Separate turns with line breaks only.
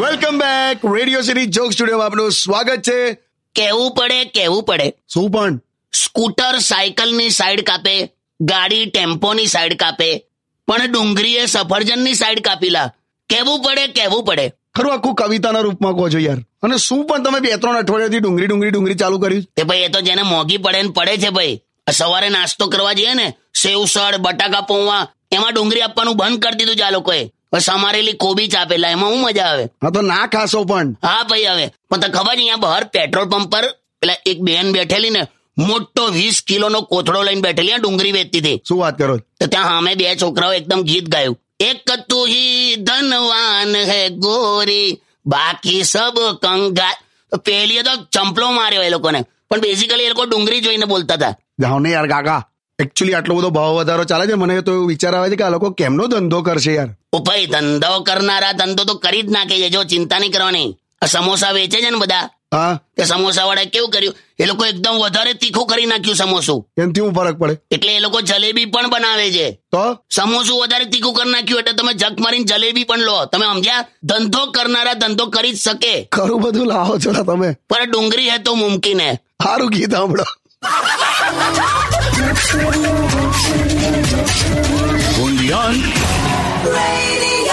Welcome back radio city joke studio આપનું સ્વાગત છે
કેવું પડે કેવું પડે
શું પણ
સ્કૂટર સાયકલની સાઈડ કાપે ગાડી ટેમ્પોની સાઈડ કાપે પણ ડુંગરીએ સફરજનની સાઈડ કાપીલા કેવું પડે કેવું પડે
ખરું આખું કવિતાના રૂપમાં કહો છો યાર અને શું પણ તમે બે ત્રણ અઠવાડિયાથી ડુંગળી ડુંગળી ડુંગળી ચાલુ કર્યું
તે ભાઈ એ તો જેને મોંઘી પડે ને પડે છે ભાઈ આ સવારે નાસ્તો કરવા જઈએ ને સેવસળ બટાકા પૌવા એમાં ડુંગળી આપવાનું બંધ કરી દીધું છે આ લોકોએ હવે સમારેલી કોબી ચાપેલા એમાં હું મજા આવે
હા તો ના ખાશો પણ
હા ભાઈ હવે પણ તને ખબર છે અહીંયા બહાર પેટ્રોલ પંપ પર પેલા એક બેન બેઠેલી ને મોટો વીસ કિલોનો કોથળો લઈને બેઠેલી આ ડુંગળી વેચતી હતી
શું વાત કરો છો?
તો ત્યાં સામે બે છોકરાઓ એકદમ ગીત ગાયું એક તું હી ધનવાન હે ગોરી બાકી સબ કંગાલ તો પેલીએ તો ચંપલો માર્યો એ લોકોને પણ બેઝિકલી એ લોકો ડુંગળી જોઈને બોલતા હતા
જાઓ ને યાર કાકા એકચ્યુઅલી આટલો બધો ભાવ વધારો ચાલે છે મને તો એવો વિચાર આવે છે કે આ લોકો કેમનો ધંધો કરશે યાર
ઓ ભાઈ ધંધો કરનારા ધંધો તો કરી જ નાખે છે જો ચિંતા નહીં કરવાની આ સમોસા વેચે છે ને બધા
હા
તે સમોસા વાળા કેવું કર્યું એ લોકો એકદમ વધારે તીખું કરી નાખ્યું સમોસું
એનાથી હું ફરક પડે
એટલે એ લોકો જલેબી પણ બનાવે છે
તો
સમોસું વધારે તીખું કરી નાખ્યું એટલે તમે જગ મારીને જલેબી પણ લો તમે સમજ્યા ધંધો કરનારા ધંધો કરી જ શકે
ખરું બધું લાવો છો તમે
પણ ડુંગળી હે તો મુમકિન હે
સારું ગીત સાંભળો
Radio